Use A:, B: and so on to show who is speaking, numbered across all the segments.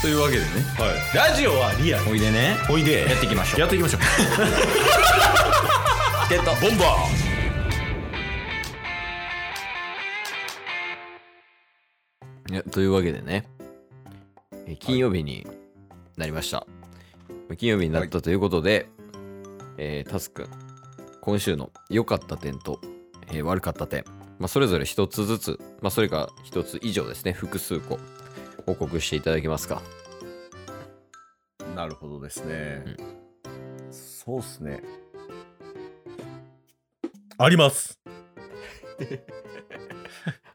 A: というわけでね
B: はい、ラジオはリアル
A: おいでね
B: おいで
A: やっていきましょう
B: やって いきましょう
A: ってた
B: ボンバ
A: いやというわけでねえ金曜日になりました、金曜日になったということで、えータスくん今週の良かった点と、えー悪かった点、まあ、それぞれ一つずつ、まあ、それが一つ以上ですね複数個報告していただけますか
B: ーなるほどですね、そうっすねあります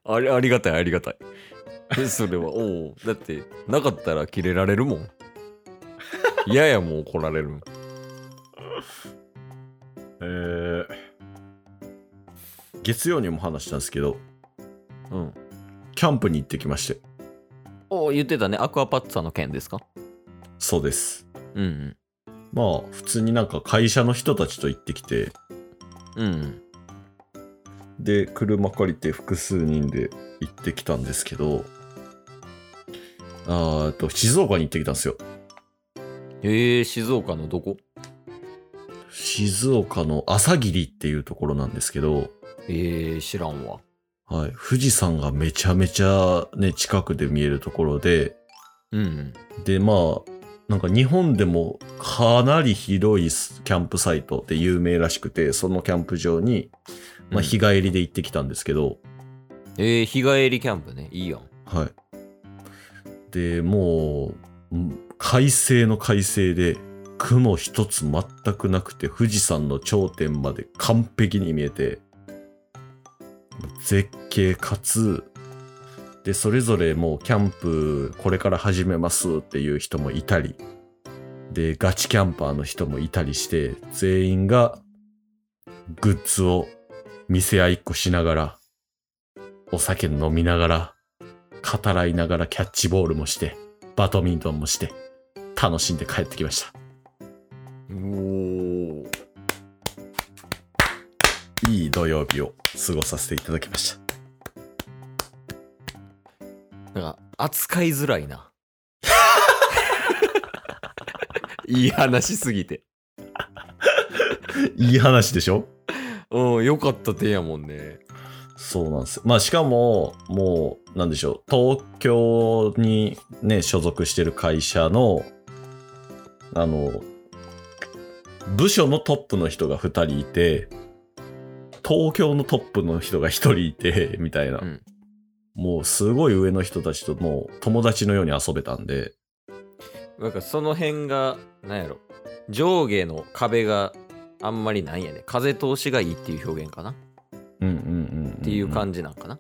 A: ありありがたいありがたい それはおおだってなかったらキレられるもんややもう怒られるもん
B: えー、月曜にも話したんですけど
A: うん
B: キャンプに行ってきまして
A: おお言ってたねアクアパッツァの件ですか
B: そうです
A: うんうん
B: まあ普通になんか会社の人たちと行ってきて
A: うんうん
B: で車借りて複数人で行ってきたんですけどあーえっと静岡に行ってきたんですよ
A: へえ静岡のどこ
B: 静岡の朝霧っていうところなんですけど、
A: えー、知らんわ
B: はい、富士山がめちゃめちゃね近くで見えるところで
A: うんうん
B: でまあなんか日本でもかなり広いスキャンプサイトで有名らしくてそのキャンプ場に、まあ、日帰りで行ってきたんですけど、
A: えー、日帰りキャンプねいいやん
B: はいでもうん快晴の快晴で雲一つ全くなくて富士山の頂点まで完璧に見えて絶景かつでそれぞれもうキャンプこれから始めますっていう人もいたりでガチキャンパーの人もいたりして全員がグッズを見せ合いっこしながらお酒飲みながら語らいながらキャッチボールもしてバドミントンもして楽しんで帰ってきました
A: おお
B: いい土曜日を過ごさせていただきました
A: なんか扱いづらいな いい話すぎて
B: いい話でしょ
A: うんよかった点やもんね
B: そうなんですよまあしかももうなんでしょう東京にね所属してる会社のあの部署のトップの人が2人いて東京のトップの人が1人いてみたいな、
A: うん
B: もうすごい上の人たちともう友達のように遊べたんで
A: なんかその辺がなんやろ上下の壁があんまりないんやね風通しがいいっていう表現かなっ
B: うんうんうんんん
A: ていう感じなんかな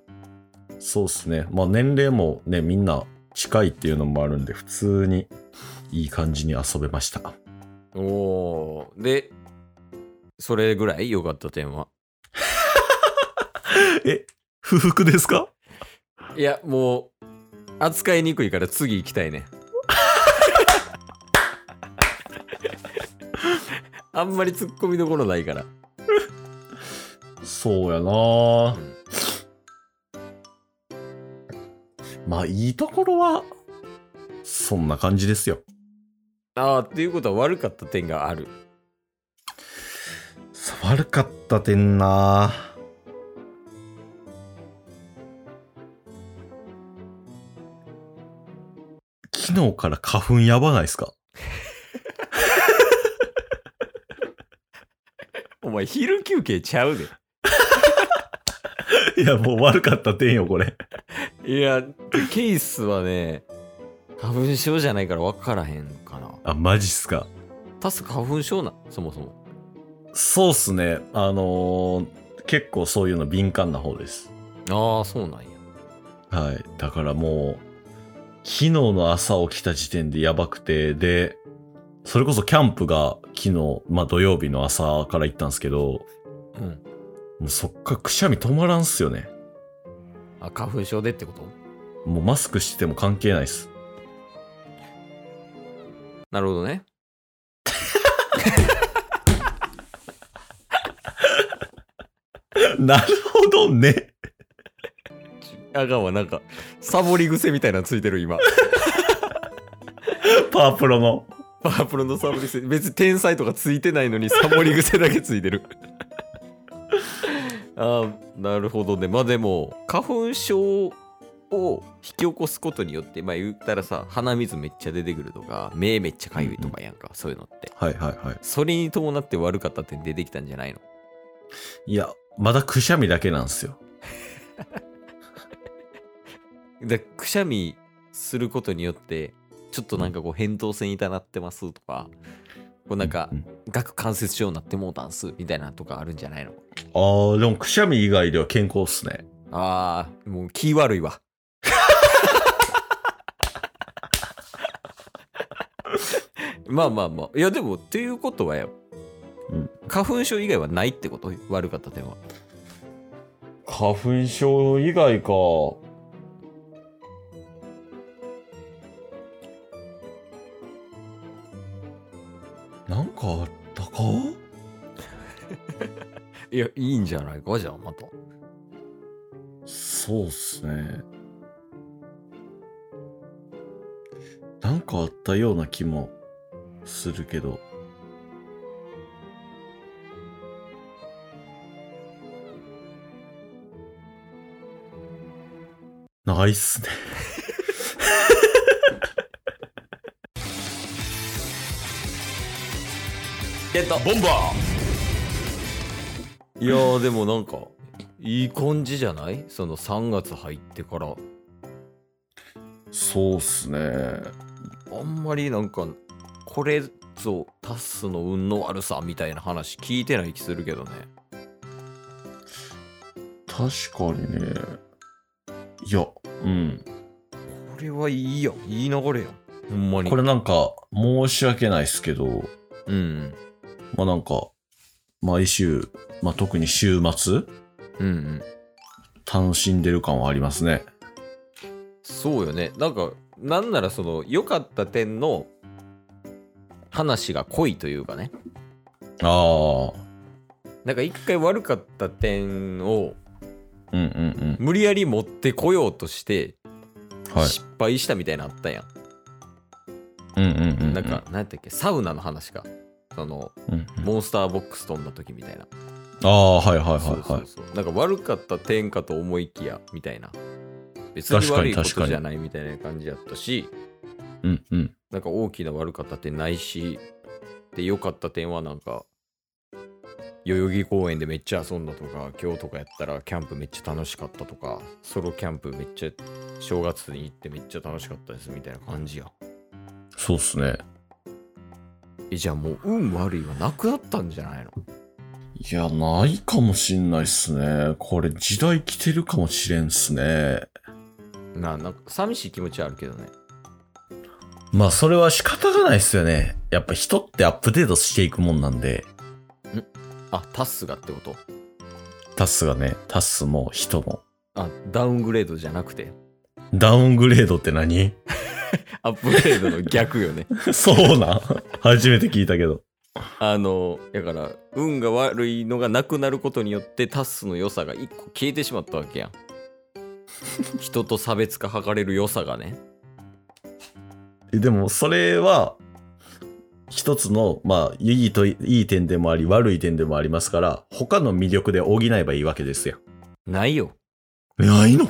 B: そうっすねまあ年齢もねみんな近いっていうのもあるんで普通にいい感じに遊べました
A: おーでそれぐらい良かった点は
B: え不服ですか
A: いやもう扱いにくいから次行きたいね あんまりツッコミどころないから
B: そうや
A: う
B: なぁ
A: ん
B: まあいいところはそんな感じですよ
A: ああっていうことは悪かった点がある
B: 悪かった点な昨日から花粉やばないですか
A: お前昼休憩ちゃうで
B: いやもう悪かった点よこれ
A: いやケースはね花粉症じゃないから分からへんかな
B: あマジっすか
A: タス花粉症なそもそも
B: そうっすね。あのー結構そういうの敏感な方です。
A: ああそうなんや
B: はい。だからもう、昨日の朝起きた時点でやばくて、で、それこそキャンプが昨日、まあ土曜日の朝から行ったんですけど、
A: うん
B: もうそっからくしゃみ止まらんっすよね。
A: あ花粉症でってこと
B: もうマスクしてても関係ないっす。
A: なるほどね
B: なるほどね。
A: あかんわなんかサボり癖みたいなのついてる今
B: パープロの。
A: パープロのサボり癖別に天才とかついてないのにサボり癖だけついてる ああなるほどねまあでも花粉症を引き起こすことによってまあ言ったらさ鼻水めっちゃ出てくるとか目めっちゃかゆいとかやんか、そういうのって
B: はいはいはい。
A: それに伴って悪かった点出てきたんじゃないの
B: いや、まだくしゃみだけなんですよ。
A: でくしゃみすることによってちょっとなんかこう扁桃腺痛なってますとかこうなんか
B: うう
A: 顎関節症になってもうたんすみたいなとかあるんじゃないの
B: あー、でもくしゃみ以外では健康っすね。
A: ああ、もう気悪い わ。まあまあまあ。いやでも、っていうことはよ、
B: うん
A: 花粉症以外はないってこと悪かった点は。
B: 花粉症以外か。なんかあったか
A: いや、いいんじゃないかじゃあ、また。
B: そうっすね。なんかあったような気もするけど。ないっすね。
A: ゲット
B: ボンバ
A: いやーでもなんか、いい感じじゃないその3月入ってから。
B: ーそうっすね。
A: あんまりなんか、これぞタッスの運の悪さみたいな話聞いてない気するけどね。
B: 確かにね。いや、うん。
A: これはいいやん。いい流れやん。ほんまに。
B: これなんか申し訳ないっすけど、
A: うん。
B: まあなんか、毎週、まあ特に週末、
A: うんうん。
B: 楽しんでる感はありますね。
A: そうよね。なんか、なんならその、良かった点の話が濃いというかね。
B: ああ、
A: なんか一回悪かった点を
B: うんうん
A: 無理やり持ってこようとして
B: うん。はい。
A: 失敗したみたいなのあったやん。
B: うんうんうん。
A: なんか、、なんやったっけ、サウナの話か。その、
B: うんうん、
A: モンスターボックス飛んだ時みたいな。
B: ああ、はいはいはいはい。
A: そうそうそう。なんか悪かった点かと思いきや、みたいな。別に悪いこ
B: 確
A: と
B: かに
A: じゃないみたいな感じやったし、
B: うんうん。
A: なんか大きな悪かった点ないし、で、良かった点はなんか、代々木公園でめっちゃ遊んだとか、今日とかやったらキャンプめっちゃ楽しかったとか、ソロキャンプめっちゃ正月に行ってめっちゃ楽しかったですみたいな感じや。
B: そうっすね。
A: え、じゃあもう運悪いはなくなったんじゃないの
B: いや、ないかもしんないっすね。これ、時代来てるかもしれんっすね。
A: なあなんか寂しい気持ちはあるけどね。
B: まあ、それは仕方がないっすよね。やっぱ人ってアップデートしていくもんなんで、
A: あ、タスがってこと
B: タスがね、タスも人も。
A: あ、ダウングレードじゃなくて、
B: ダウングレードって何
A: アップグレードの逆よね。
B: そうなん 初めて聞いたけど。
A: あのだから運が悪いのがなくなることによってタスの良さが一個消えてしまったわ けやん人と差別化図れる良さがね
B: えでもそれは一つのまあいいといい点でもあり悪い点でもありますから他の魅力で補えばいいわけですよ。
A: ないよ
B: ないの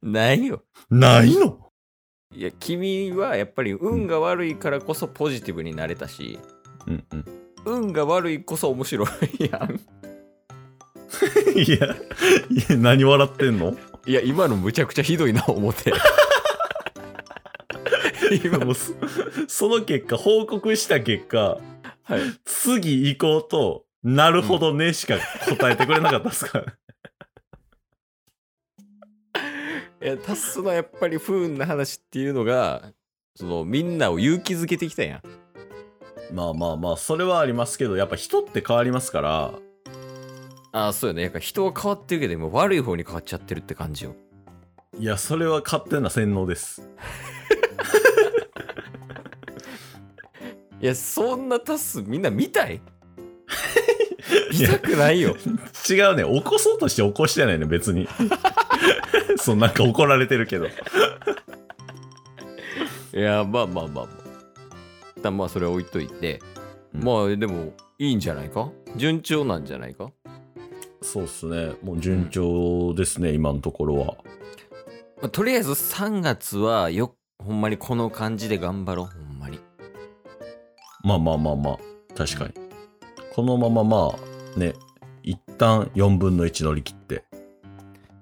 A: ないよ
B: ないの
A: いや君はやっぱり運が悪いからこそポジティブになれたし、
B: うんうん。
A: 運が悪いこそ面白いやん
B: いや、いや何笑ってんの
A: いや今のむちゃくちゃひどいな思って 今
B: もうそその結果報告した結果
A: はい
B: 次行こうとなるほどねしか答えてくれなかったですから。
A: いやタスのやっぱり不運な話っていうのがそのみんなを勇気づけてきたやん
B: まあまあまあそれはありますけどやっぱ人って変わりますから
A: ああ、そうよね。なんか人は変わってるけど、今悪い方に変わっちゃってるって感じよ。
B: いやそれは勝手な洗脳です。
A: いや、そんなタスみんな見たい見たくないよ。
B: 違うね起こそうとして起こしてないね 別にそうなんか怒られてるけ ど
A: いや、まあまあまあまあ。一旦まあそれは置いといて、
B: うん
A: まあでもいいんじゃないか順調なんじゃないか
B: そうっすね。もう順調ですね、今のところは。
A: まあとりあえず3月はよほんまにこの感じで頑張ろうほんまに
B: まあまあまあまあ、確かに。このまままあ、ね、一旦4分の1乗り切って。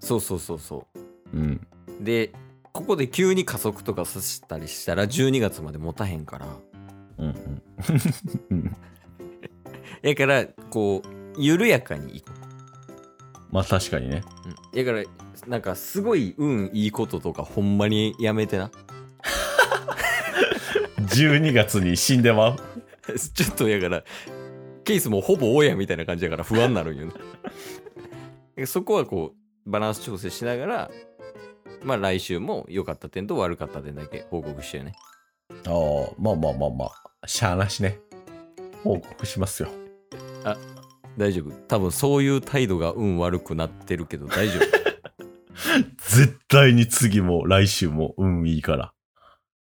A: そうそうそうそ
B: うん。
A: うでここで急に加速とかさせたりしたら12月まで持たへんから
B: うんうん。
A: やからこう緩やかにいく、
B: まあ確かにね。
A: うん、やからなんかすごい運いいこととかほんまにやめてな
B: 12月に死んでまう。
A: ちょっとやからケースもほぼ親みたいな感じやから不安になるんよねで そこはこうバランス調整しながらまあ来週も良かった点と悪かった点だけ報告してね
B: ああ、まあまあまあまあ、しゃあなしね。報告しますよ。
A: 大丈夫多分そういう態度が運悪くなってるけど大丈
B: 絶対に次も来週も運いいから。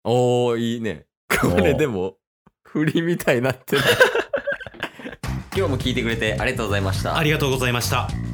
A: 夫おーいいねこれ
B: おー
A: でも振りみたいになってる 今日も聞いてくれてありがとうございました
C: ありがとうございました。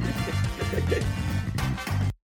C: す